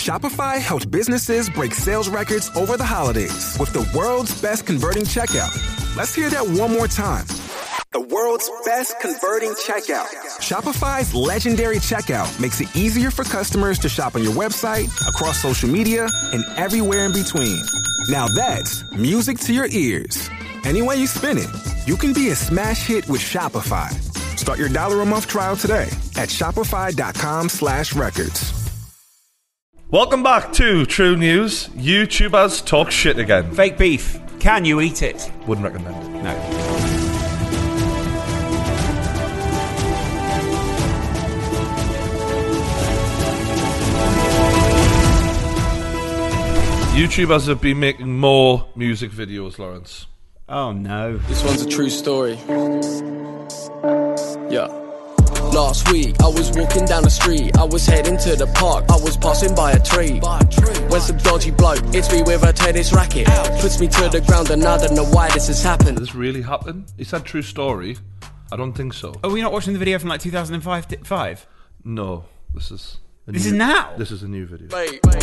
Shopify helped businesses break sales records over the holidays with the world's best converting checkout. Let's hear that one more time. The world's best converting checkout. Shopify's legendary checkout makes it easier for customers to shop on your website, across social media, and everywhere in between. Now that's music to your ears. Any way you spin it, you can be a smash hit with Shopify. Start your dollar a month trial today at shopify.com slash records. Welcome back to True News. YouTubers talk shit again. Fake beef. Can you eat it? Wouldn't recommend. No. YouTubers have been making more music videos, Lawrence. Oh no. This one's a true story. Yeah. Last week, I was walking down the street. I was heading to the park. I was passing by a tree. When some dodgy bloke hits me with a tennis racket, puts me to the ground, and I don't know why this has Did happened. this really happen? He said true story. I don't think so. Are we not watching the video from like 2005? Five? No, this is. a This is now? This is a new video.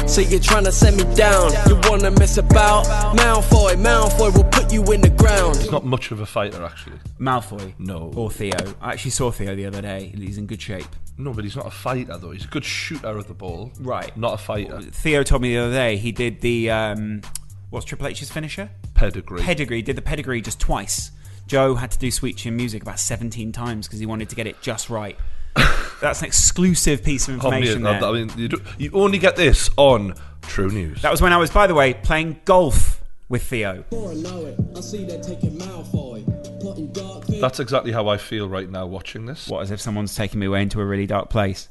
So you're trying to send me down. You wanna mess about? Malfoy, Malfoy will put you in the ground. He's not much of a fighter, actually. Malfoy. No. Or Theo. I actually saw Theo the other day. He's in good shape. No, but he's not a fighter, though. He's a good shooter of the ball. Right. Not a fighter. Theo told me the other day he did the um, what's Triple H's finisher? Pedigree. Pedigree. Did the pedigree just twice. Joe had to do Sweet Chin Music about 17 times because he wanted to get it just right. That's an exclusive piece of Oh, mate, information. I, there. I mean, you, do, you only get this on True News. That was when I was, by the way, playing golf with Theo. That's exactly how I feel right now watching this. What, as if someone's taking me away into a really dark place?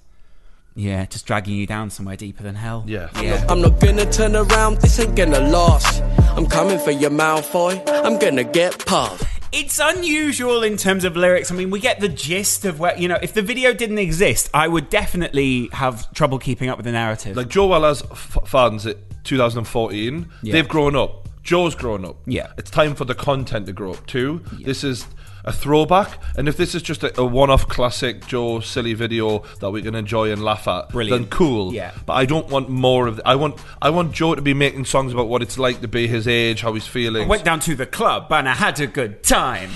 Yeah, just dragging you down somewhere deeper than hell. Yeah. Yeah. I'm not gonna turn around, this ain't gonna last. I'm coming for your Malfoy, I'm gonna get puffed. It's unusual in terms of lyrics. I mean, we get the gist of where, you know, if the video didn't exist, I would definitely have trouble keeping up with the narrative. Like Joe Weller's f- fans eh, at 2014, Yeah. they've grown up. Joe's grown up. Yeah. It's time for the content to grow up too. This is a throwback, and if this is just a, a one-off classic Joe silly video that we can enjoy and laugh at, Brilliant. then cool. Yeah. But I don't want more of. The, I want. I want Joe to be making songs about what it's like to be his age, how he's feeling. I went down to the club and I had a good time.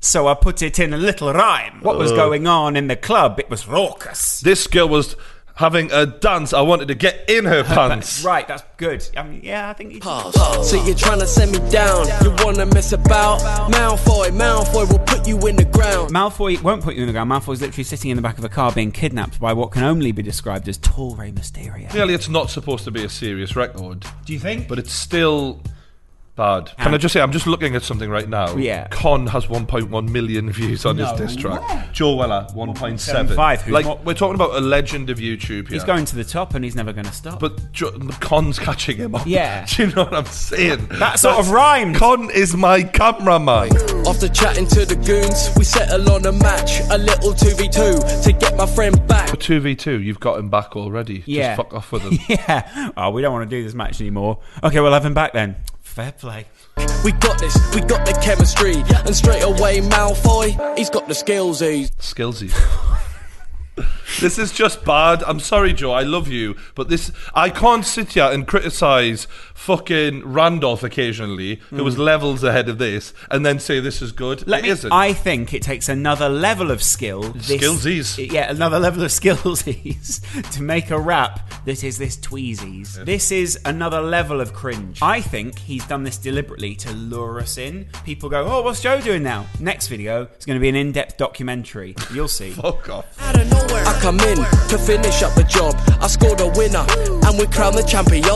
So I put it in a little rhyme. What Uh. was going on in the club? It was raucous. This girl was having a dance. I wanted to get in her, pants. Right, that's good. I mean, yeah, I think you So you're trying to send me down. You wanna mess about? Malfoy, Malfoy will put you in the ground. Malfoy won't put you in the ground. Malfoy's literally sitting in the back of a car being kidnapped by what can only be described as Torre Mysterio. Clearly, it's not supposed to be a serious record, Do you think? but it's still bad. Can I just say, I'm just looking at something right now. Yeah. Con has 1.1 million views on his diss track. Joe Weller, 1.75. 1.75, who's Like, not- we're talking about a legend of YouTube here. He's going to the top and he's never going to stop. But Jo- Con's catching him up. Yeah. Do you know what I'm saying? That sort of rhymed. Con is my cameraman. After chatting to the goons, we settle on a match, a little 2v2 to get my friend back. 2v2, you've got him back already. Just yeah. fuck off with him. yeah. Oh, we don't want to do this match anymore. Okay, we'll have him back then. Fair play. We got this, we got the chemistry, and straight away Malfoy, he's got the skills. He's Skillsy. this is just bad. I'm sorry, Joe. I love you, but this I can't sit here and criticize fucking Randolph occasionally, who was levels ahead of this, and then say this is good. Hmm. Let It me, not I think it takes another level of skill. This, Skillsies. Yeah, another level of skillsies to make a rap that is this tweezies. This is another level of cringe. I think he's done this deliberately to lure us in. People go, oh, what's Joe doing now? Next video is going to be an in depth documentary. You'll see. Fuck off. I come in to finish up the job. I scored a winner, and we crown the champions.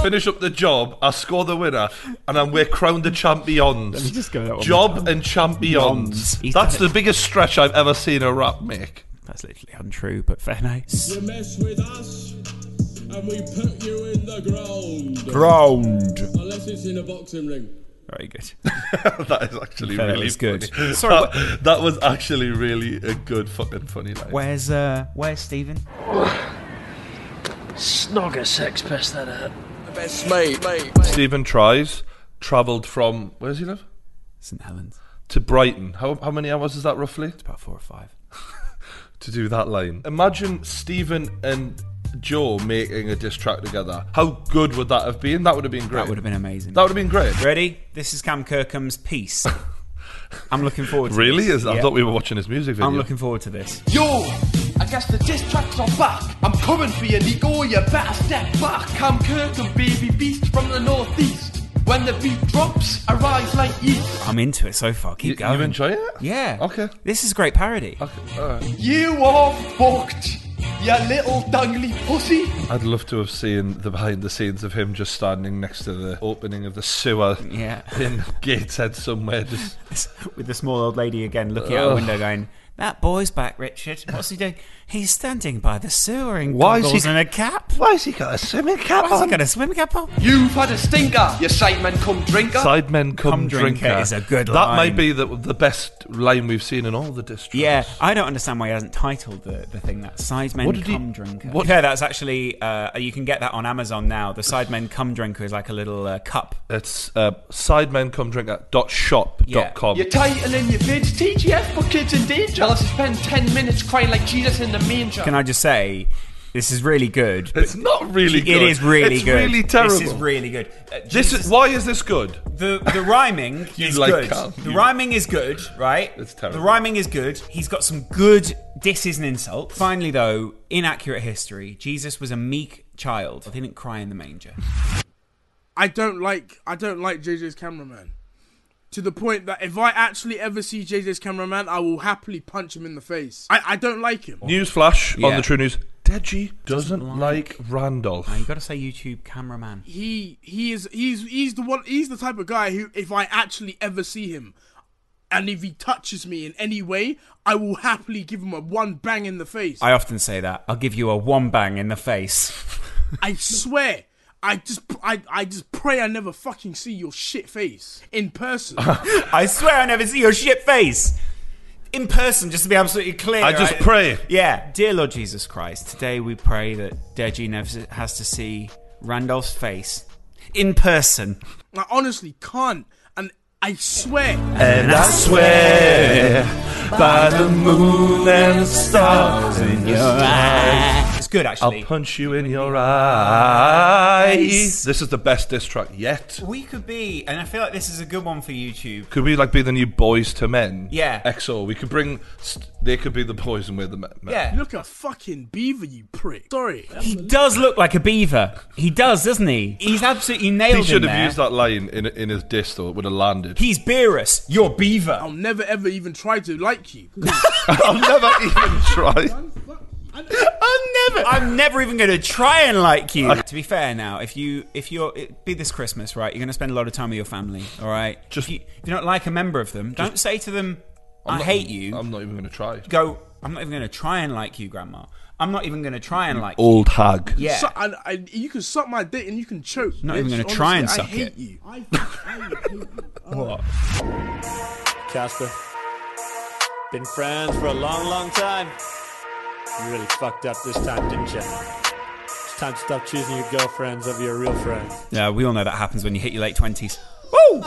Finish up the job. I score the winner, and then we're crowned the champions. Let me just go that one more job time. and champions. Noms. He's That's done it. the biggest stretch I've ever seen a rap make. That's literally untrue, but fair nice. You mess with us, and we put you in the ground. Ground. Unless it's in a boxing ring. Very good. that is actually That really was good. funny. Sorry, that, that was actually really a good fucking funny line. Where's uh where's Steven? Snog a sex pest that hurt. Best mate, mate. Stephen tries travelled from where does he live St Helens. to Brighton. How how many hours is that roughly About four or five. to do that line? Imagine Stephen and Joe making a diss track together. How good would that have been? That would have been great. That would have been amazing. That would have been great. Ready? This is Cam Kirkham's piece. I'm looking forward to Really? this. Is, I Yeah. thought we were watching his music video. I'm looking forward to this. Yo, I guess the diss tracks are back. I'm coming for you, Nico. You better step back. Cam Kirkham, baby beast from the northeast. When the beat drops, I rise like yeast. I'm into it so far. Keep You, going. you enjoy it? Yeah. Okay. This is a great parody. Okay. All right. You are fucked, you little dangly pussy. I'd love to have seen the behind the scenes of him just standing next to the opening of the sewer Yeah. in Gateshead somewhere. Just With the small old lady again looking out the window going, that boy's back, Richard. What's he doing? He's standing by the sewer in Why is goggles he- and a cap. why has he got a swimming cap Why's he got a swim cap on? You've had a stinker, you sidemen come drinker. Sidemen come, Come drinker. drinker is a good that line. might be the, the best line we've seen in all the districts. Yeah, I don't understand why he hasn't titled the, the thing that Sidemen What did he- Cum Drinker. what- yeah, that's actually, uh, you can get that on Amazon now. The Sidemen Cum Drinker is like a little uh, cup. It's uh, sidemencomedrinker.shop.com. Yeah. com. You're titling your bids TGF for kids in danger. I'll spend 10 minutes crying like Jesus in the manger. Can I just say, this is really good. but It's not really good. It is really it's good. really terrible. This is really good. Uh, This is why is this good? The the rhyming is like good. Cal. The You- rhyming is good, right? It's terrible. The rhyming is good. He's got some good disses and insults. Finally, though, inaccurate history. Jesus was a meek child. He didn't cry in the manger. I don't like I don't like JJ's cameraman. To the point that if I actually ever see JJ's cameraman, I will happily punch him in the face. I, I don't like him. Newsflash on Yeah. the True News. Deji doesn't, like, Randolph. You got to say YouTube cameraman. He he is he's he's the one he's the type of guy who if I actually ever see him and if he touches me in any way, I will happily give him a one bang in the face. I, I often say that. I'll give you a one bang in the face. swear. I just I, I just pray I never fucking see your shit face in person. I swear I never see your shit face. In person, just to be absolutely clear. I just pray. Yeah. Dear Lord Jesus Christ, today we pray that Deji never has to see Randolph's face in person. I honestly can't and I swear And I swear by the moon and the stars in your It's good, I'll actually. punch you in your eyes. This is the best diss track yet. we could be, and I feel like this is a good one for YouTube. Could we like be the new boys to men? Yeah. XO. We could bring. St- they could be the boys and we're the men. Yeah. Look a fucking beaver, you prick. Sorry. He does look like a beaver. He does, doesn't he? He's absolutely nailed He should in have there. used that line in in his diss though. It would have landed. He's Beerus. You're I'll Oh, Beaver. never ever even try to like you. I'll never even try. I'm never. I'm never even going to try and like you. to be fair, now, if you if you're it, be this Christmas, right, you're going to spend a lot of time with your family. All right. Just- if you, if you don't like a member of them, don't say to them, "I hate you." I'm not even going to try. Go. I'm not even going to try and like you, Grandma. I'm not even going to try and like. you." Old hag. Yeah. Suck- and I, you can suck my dick and you can choke. Not bitch. even gonna try and Honestly, suck I hate it. you. What? Casper. Been friends for a long, long time. You really fucked up this time, didn't you? It's time to stop choosing your girlfriends over your real friends. Yeah, we all know that happens when you hit your late twenties.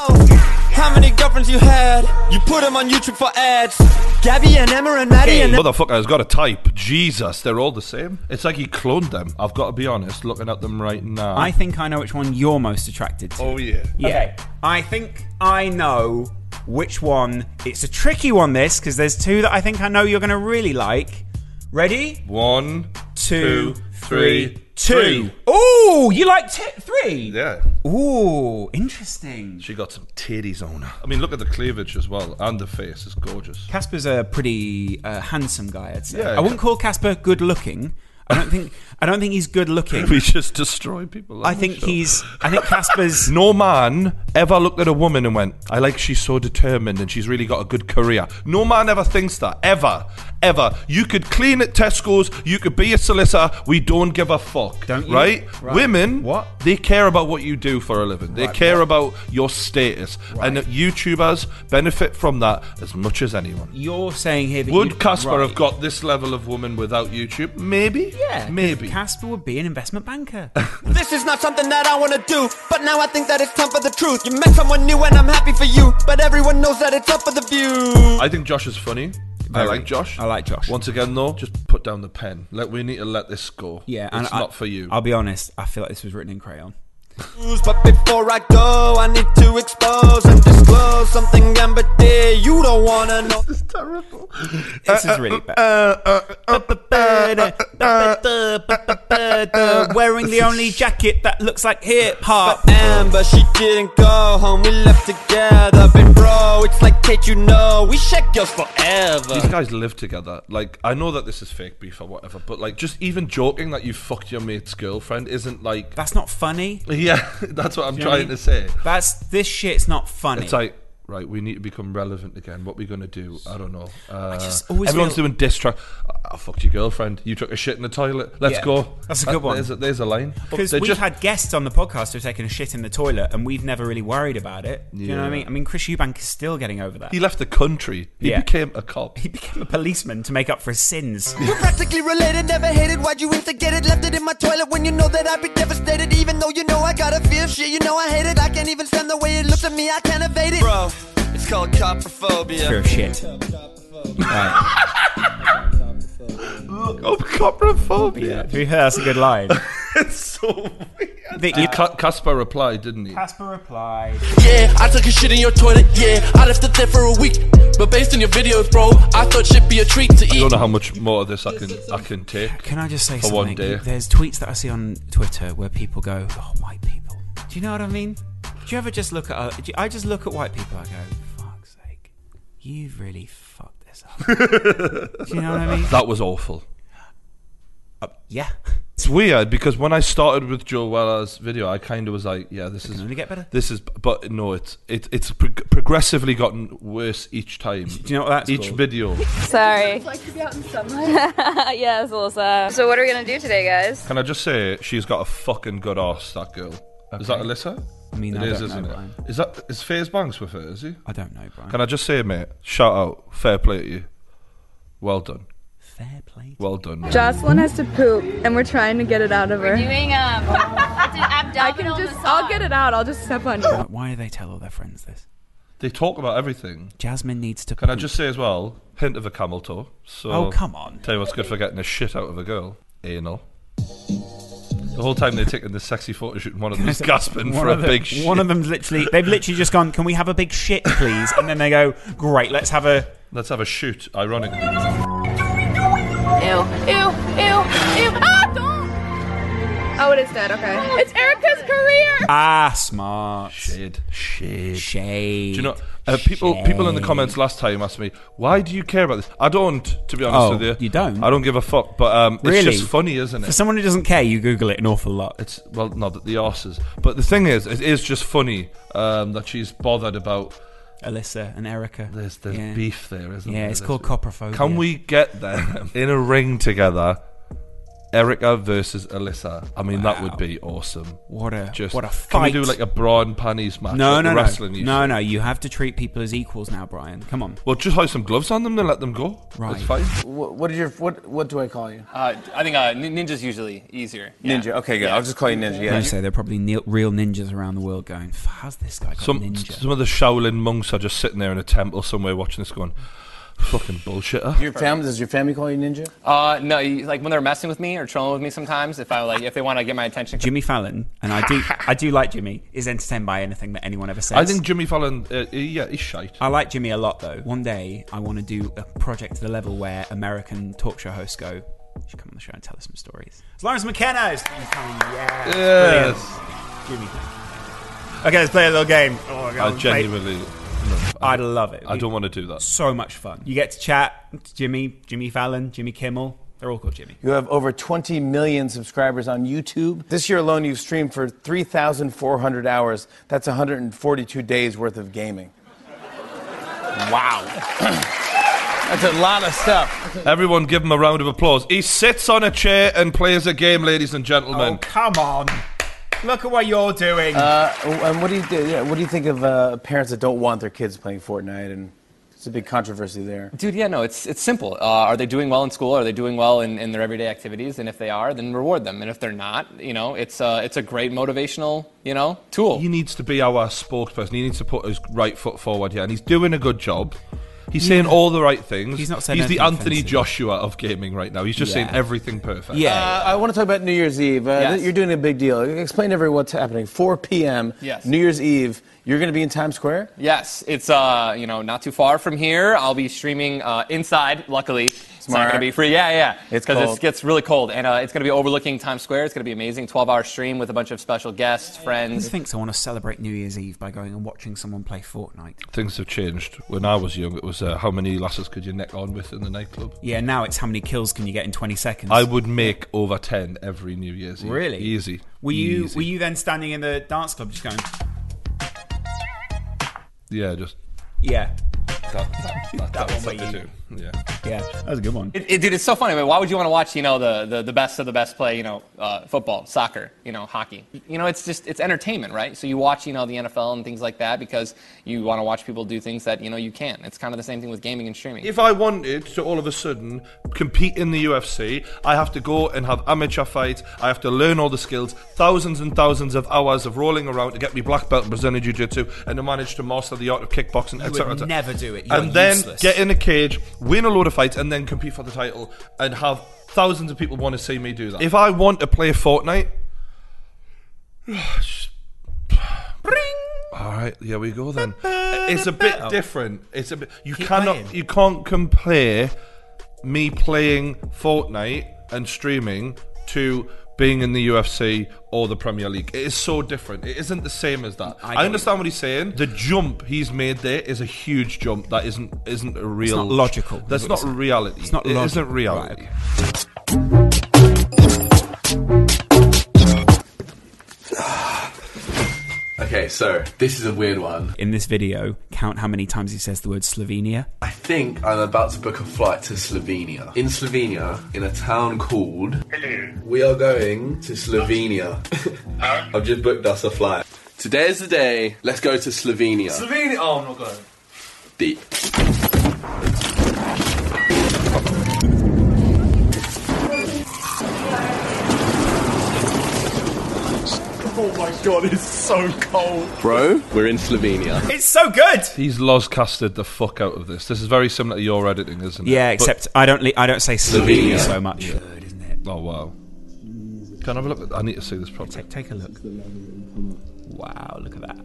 How many girlfriends you had? You put them on YouTube for ads. Gabby and Emma and Maddie and Motherfucker has got a type. Jesus, they're all the same. It's like he cloned them. I've got to be honest, looking at them right now. I think I know which one you're most attracted to. oh, yeah. Yeah. I think I know which one. It's a tricky one, this, because there's two that I think I know you're going to really like. Ready? One, Two, two, three, three, two. Ooh, you like t- three? Yeah. Ooh, interesting. She got some titties on her. I mean, look at the cleavage as well, and the face is gorgeous. Casper's a pretty uh, handsome guy, I'd say. Yeah. I wouldn't call Casper good looking. I don't think. I don't think he's good looking. We just destroy people. I think he's. I think Casper's. No man ever looked at a woman and went, I like she's so determined and she's really got a good career. No man ever thinks that. Ever. Ever. You could clean at Tesco's, you could be a solicitor, we don't give a fuck. Don't you? Right? Right. Women, What? they care about what you do for a living. They care about your status. And that YouTubers benefit from that as much as anyone. You're saying here that Would you'd- Casper right. have got this level of woman without YouTube? Maybe. Yeah, 'cause Maybe. Casper would be an investment banker. This is not something that I wanna do, but now I think that it's time for the truth. You met someone new and I'm happy for you, but everyone knows that it's up for the view. I think Josh is funny. I very- like Josh. I like Josh. Once again, though, just put down the pen. Let we need to let this go. Yeah, it's and I- not for you. I'll be honest. I feel like this was written in crayon. News, But before I go, I need to expose and disclose something amber dear you don't wanna know. This is terrible. This is really bad. Wearing the only jacket that looks like hip hop. Um, Amber, she didn't go home. We left together, but bro, it's like Kate, you know, we shake girls forever. These guys live together. Like, I know that this is fake beef or whatever, but like, just even joking that you fucked your mate's girlfriend isn't like. That's not funny. Yeah, that's what I'm Do you know what I trying mean? to say. That's this shit's not funny. It's like, right, we need to become relevant again. What we going to do? I don't know. Uh, just always everyone's feel- doing diss track. I, I fucked your girlfriend. You took a shit in the toilet. Let's Yeah. go. That's a That- good one. There's a, there's a line. Because They're we've just- had guests on the podcast who've taken a shit in the toilet, and we've never really worried about it. Do you know what I Yeah. mean? I mean, Chris Eubank is still getting over that. He left the country. He Yeah. became a cop. He became a policeman to make up for his sins. We're practically related, never hated. Why'd you instigated? Left it in my toilet when you know that I'd be devastated. Even though you know I got a fear of shit, you know I hate it. I can't even stand the way it looks at me, I can't evade it. Bro, it's called coprophobia. Fear of shit. Right. Look up coprophobia. To be fair, that's a good line. it's so weird. The- Did Ca- Casper reply, didn't he? Casper replied. Yeah, I took a shit in your toilet, yeah. I left it there for a week. But based on your videos, bro, I thought shit be a treat to I eat. don't know how much more of this I can I can take. Can I just say for something? one day? There's tweets that I see on Twitter where people go, "Oh, white people." Do you know what I mean? Do you ever just look at? Uh, do you- I just look at white people. I go, "Fuck's sake, you've really fucked this up." do you know what I mean? That was awful. Uh, yeah. It's weird because when I started with Joe Weller's video, I kind of was like, yeah, this is only get better. This is, but no, it's it, it's prog- progressively gotten worse each time. Do you know what that's each called? video? Sorry. like to be out in sunlight. yeah, it's a little sad. So what are we gonna do today, guys? Can I just say she's got a fucking good ass? That girl. Is that Alyssa? I mean, It I is, don't know, isn't Brian. it? Is that is FaZe Banks with her? Is he? I don't know, Brian. Can I just say, mate? Shout out, fair play to you. Well done. Fair play. Well done. mate. Jocelyn has to poop, and we're trying to get it out of her. Doing um, it's an I can abdominal just, I'll get it out. I'll just step on you. Why- Why do they tell all their friends this? They talk about everything. Jasmine needs to. Can I just say as well, hint of a camel toe. So Oh, come on. Tell you what's good for getting the shit out of a girl. Anal. The whole time they're taking this sexy photo shoot and one of them's gasping One for a of them- big shit. One of them's literally. They've literally just gone. Can we have a big shit, please? And then they go, "Great, let's have a." Let's have a shoot, ironically. Ew, ew, ew, ew. Ah, don't. Oh, it is dead. Okay. It's Erica's career. Ah, smart. Shade. Shade. Shade. Do you know uh, people people in the comments last time asked me, why do you care about this? I don't, to be honest Oh, with you. you don't? I don't give a fuck, but um, Really? it's just funny, isn't For it? someone who doesn't care, you Google it an awful lot. It's well, not that the arses. But the thing is, it is just funny um, that she's bothered about Alyssa and Erica. There's, there's Yeah. beef there, isn't Yeah, there? it's There's- called coprophobia. Can we get them in a ring together? Erica versus Alyssa. I mean, that would be awesome. What a- just what a Can we do fight. like a bra and panties match? No, like no, the no, wrestling used no, to? no. You have to treat people as equals now, Brian. Come on. Well, just have some gloves on them and let them go. Right. It's fine. What, what is your what? What do I call you? Uh, I think uh, nin- ninja's usually easier. Ninja. Okay, good. I'll just call you Ninja. I Yeah. say there are probably ni- real ninjas around the world going. "F- How's this guy got Some ninja? some of the Shaolin monks are just sitting there in a temple somewhere watching this, going, "Fucking bullshitter." Your family? Does your family call you Ninja? Uh, no, you- like when they're messing with me or trolling with me sometimes, if I like, if they want to get my attention. Jimmy Fallon, and I do, I do like Jimmy. Is entertained by anything that anyone ever says. I think Jimmy Fallon. Uh, yeah, he's shite. I like Jimmy a lot though. One day I want to do a project to the level where American talk show hosts go, "You should come on the show and tell us some stories. Lawrence McKenna is yes. Yes. Jimmy. Okay, let's play a little game. Oh, my I God. genuinely. no, I love it. I don't want to do that. So much fun. You get to chat to Jimmy, Jimmy Fallon, Jimmy Kimmel. They're all called Jimmy. You have over 20 million subscribers on YouTube. This year alone, you've streamed for 3,400 hours. That's 142 days worth of gaming. Wow. That's a lot of stuff. Everyone give him a round of applause. He sits on a chair and plays a game, ladies and gentlemen. Oh, Come on. Look at what you're doing. Uh, and what do you do, yeah, what do you think of uh, parents that don't want their kids playing Fortnite? And it's a big controversy there. Dude, yeah, no, it's it's simple. Uh, are they doing well in school? Are they doing well in, in their everyday activities? And if they are, then reward them. And if they're not, you know, it's uh, it's a great motivational, you know, tool. He needs to be our spokesperson. He needs to put his right foot forward here, and he's doing a good job. He's Yeah. saying all the right things. He's not saying He's the anything Anthony offensive. Joshua of gaming right now. He's just saying Yeah. everything perfect. Uh, I want to talk about New Year's Eve. Uh, Yes. th- You're doing a big deal. Explain to everyone what's happening. 4 p.m. Yes. New Year's Eve. You're going to be in Times Square. Yes, it's uh, you know not too far from here. I'll be streaming uh, inside. Luckily, it's not Smart. going to be free. Yeah, yeah. It's because cold. it gets really cold, and uh, it's going to be overlooking Times Square. It's going to be amazing. Twelve-hour stream with a bunch of special guests, Who friends. thinks I want to celebrate New Year's Eve by going and watching someone play Fortnite? Things have changed. When I was young, it was uh, how many lasses could you neck on with in the nightclub? Yeah, now it's how many kills can you get in 20 seconds? I would make over 10 every New Year's Eve. Really? Easy. Were you Easy. were you then standing in the dance club just going? Yeah, just. Yeah. That, that, that, That was one like where the two. Yeah. Yeah, that was a good one. It, it- dude, it's so funny. But why would you want to watch, you know, the, the, the best of the best play, you know, uh, football, soccer, you know, hockey? You know, it's just it's entertainment, right? So you watch, you know, the NFL and things like that because you want to watch people do things that you know you can. It's kind of the same thing with gaming and streaming. If I wanted to all of a sudden compete in the UFC, I have to go and have amateur fights. I have to learn all the skills, thousands and thousands of hours of rolling around to get me black belt in Brazilian Jiu Jitsu and to manage to master the art of kickboxing, You would etc. etc. never do it. You and are then useless. get in a cage, win a load of fights, and then compete for the title and have thousands of people want to see me do that. If I want to play Fortnite, All right, here we go then. It's a bit different. It's a bit. You cannot. You can't compare me playing Fortnite and streaming to being in the UFC or the Premier League. It is so different. It isn't the same as that. I, don't- understand what he's saying. The jump he's made there is a huge jump. That isn't isn't a real not logical, is That's what not you're saying. reality. It's not It logical. isn't reality. Okay, so this is a weird one. In this video, count how many times he says the word Slovenia. I think I'm about to book a flight to Slovenia. In Slovenia, in a town called. Hello. We are going to Slovenia. I've just booked us a flight. Today is the day. Let's go to Slovenia. Slovenia. Oh, I'm not going. Deep. Oh my god, it's so cold. Bro, we're in Slovenia. It's so good. He's loscasted the fuck out of this. This is very similar to your editing, isn't it? Yeah, But- except I don't li- I don't say Slovenia, Slovenia. so much. Oh wow! Can I have a look? at- I need to see this properly. Take, take a look. Wow, look at that.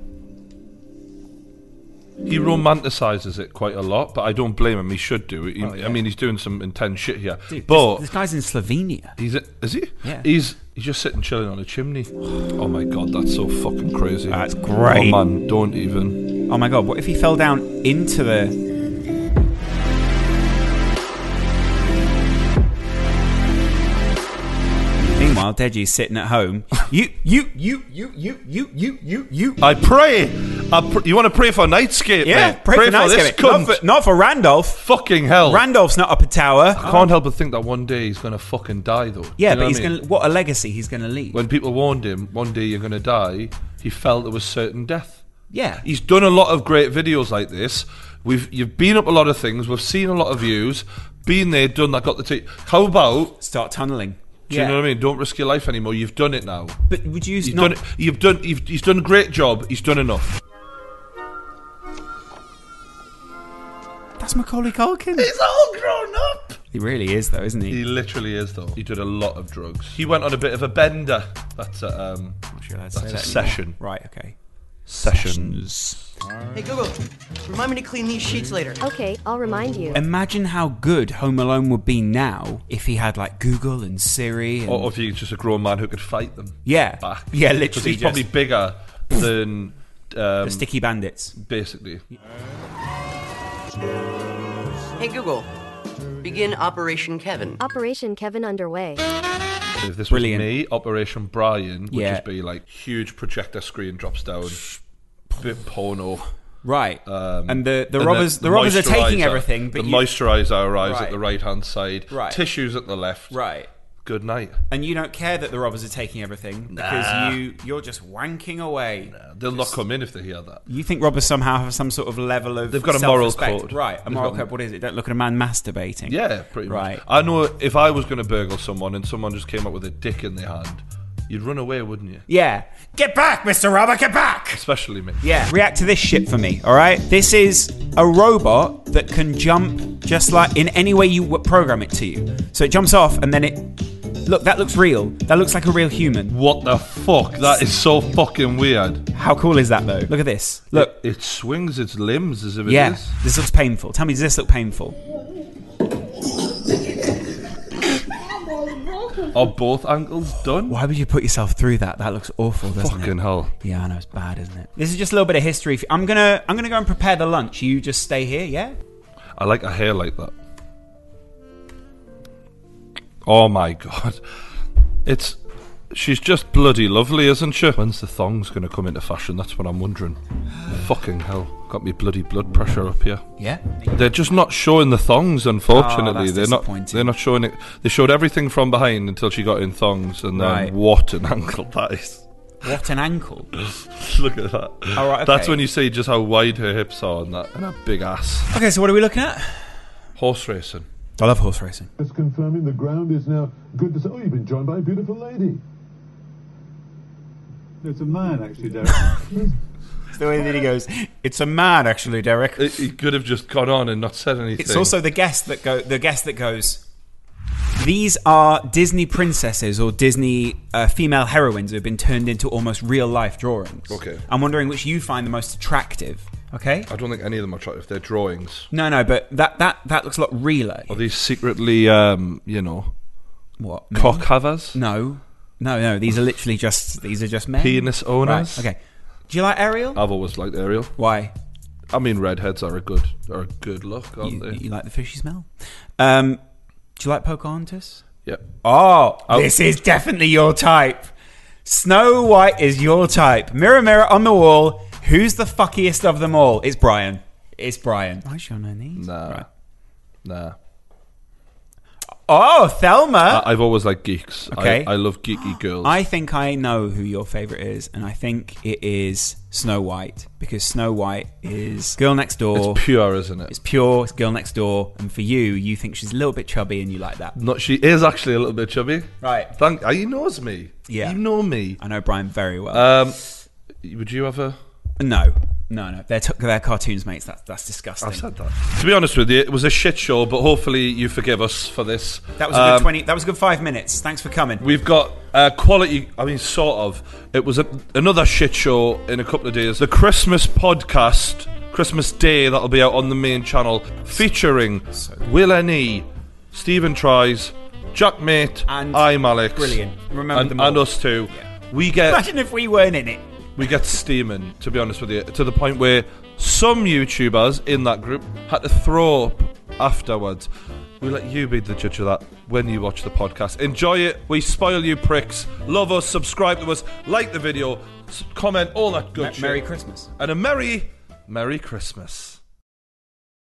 He romanticizes it quite a lot, but I don't blame him. He should do it. He- Oh, yeah. I mean, he's doing some intense shit here. Dude, but this, this guy's in Slovenia. he's is he? Yeah. He's he's just sitting chilling on a chimney. Oh my god, that's so fucking crazy. That's great. Oh man, don't even. Oh my god, what if he fell down into the Meanwhile, Deji's sitting at home. You you you you you you you you you I pray. I pr- you want to pray for Nightscape? Yeah, mate? pray, for, this Nightscape. cunt. Not for, not for Randolph. Fucking hell. Randolph's not up a tower. I can't help but think that one day he's gonna fucking die though. Yeah, Oh. You know but what he's I mean? gonna what a legacy he's gonna leave. When people warned him, one day you're gonna die, he felt it was certain death. Yeah. He's done a lot of great videos like this. We've you've been up a lot of things. We've seen a lot of views. Been there, done that. Got the tea. How about start tunneling? Do you Yeah. know what I mean? Don't risk your life anymore. You've done it now. But would you You've not- done. It, you've done. You've, he's done a great job. He's done enough. That's Macaulay Culkin. He's all grown up. He really is though, isn't he? He literally is though. He did a lot of drugs. He went on a bit of a bender. That's a um. that's say a that anymore. session. Right. Okay. Sessions. Hey Google, remind me to clean these sheets later. Okay, I'll remind you. Imagine how good Home Alone would be now if he had like Google and Siri. And... Or, or if he's just a grown man who could fight them. Yeah. Back. Yeah, 'Cause literally He's probably just- bigger than um, the Sticky Bandits. Basically. Hey Google, begin Operation Kevin. Operation Kevin underway. If this was me, Operation Brian would Yeah. just be like huge projector screen drops down, bit porno. Right. Um, And the- the robbers- the robbers are taking moisturiser- everything, but the you- moisturizer arrives Right. at the right hand side. Right. Tissues at the left. Right. Good night. And you don't care that the robbers are taking everything because Nah. you you're just wanking away. They'll not come in if they hear that. You think robbers somehow have some sort of level of They've got a moral self-respect. code. right? A They've moral got a- code. What is it? Don't look at a man masturbating. Yeah, pretty right. much. I know if I was going to burgle someone and someone just came up with a dick in their hand, You'd run away, wouldn't you? Yeah. Get back, Mr. Robot, get back! Especially me. Yeah. React to this shit for me, all right? This is a robot that can jump just like in any way you w- program it to you. So it jumps off and then it. Look, that looks real. That looks like a real human. What the fuck? That is so fucking weird. How cool is that, though? Look at this. Look. It, it swings its limbs as if it yeah. is. This looks painful. Tell me, does this look painful? Are both ankles done? Why would you put yourself through that? That looks awful, doesn't it? Fucking hell. Yeah, I know it's bad, isn't it? This is just a little bit of history. f- I'm gonna I'm gonna go and prepare the lunch. You just stay here, yeah? I like a hair like that. Oh my god. It's. She's just bloody lovely, isn't she? When's the thong's going to come into fashion? That's what I'm wondering. Fucking hell. Got me bloody blood pressure up here. Yeah? They're just not showing the thongs, unfortunately. that's they're not. They're not showing it. They showed everything from behind until she got in thongs, and then Right. what an ankle that is! What an ankle. Look at that. All right, That's okay. when you see just how wide her hips are, and that, and that big ass. Okay, so what are we looking at? Horse racing. I love horse racing. It's confirming the ground is now good to say. Oh, you've been joined by a beautiful lady. It's a man, actually, Derek. It's the way that he goes, It's a man actually, Derek. He could have just gone on and not said anything. It's also the guest that go the guest that goes. These are Disney princesses or Disney uh, female heroines who have been turned into almost real life drawings. Okay. I'm wondering which you find the most attractive. Okay. I don't think any of them are attractive. They're drawings. No, no, but that that that looks a lot realer. Are these secretly, um, you know, what cock havers? No, no, no. These are literally just these are just men. Penis owners? Uh, Right, Okay. Do you like Ariel? I've always liked Ariel. Why? I mean, redheads are a good are a good look, aren't You, they? you like the fishy smell? Um, do you like Pocahontas? Yep. Oh, Oh. this is definitely your type. Snow White is your type. Mirror, mirror on the wall, who's the fuckiest of them all? It's Brian. It's Brian. I should know these. Nah, nah. Oh, Thelma. I, I've always liked geeks. Okay. I, I love geeky girls. I think I know who your favorite is, and I think it is Snow White because Snow White is girl next door. It's pure, isn't it? It's pure. It's girl next door, and for you, you think she's a little bit chubby, and you like that. Not she is actually a little bit chubby. Right. Thank. He knows me. Yeah, You know me. I know Brian very well. Um, would you have a? no, no, no. They're t- they're cartoons, mates. That's that's disgusting. I've said that. To be honest with you, it was a shit show, but hopefully you forgive us for this. That was a Um, good twenty. That was a good five minutes. Thanks for coming. We've got uh, quality. I mean, sort of. It was a, another shit show in a couple of days. The Christmas podcast, Christmas Day, that'll be out on the main channel, featuring Will Ennie, Stephen Tries, Jack Mate, and I'm Alex. Brilliant. Remember and, them all. and us too. We get Imagine if we weren't in it. we get steaming. To be honest with you, to the point where some YouTubers in that group had to throw up afterwards. We let you be the judge of that when you watch the podcast. Enjoy it. We spoil you pricks. Love us. Subscribe to us. Like the video. s- Comment. All that good Me- shit. Merry Christmas. And a merry, merry Christmas.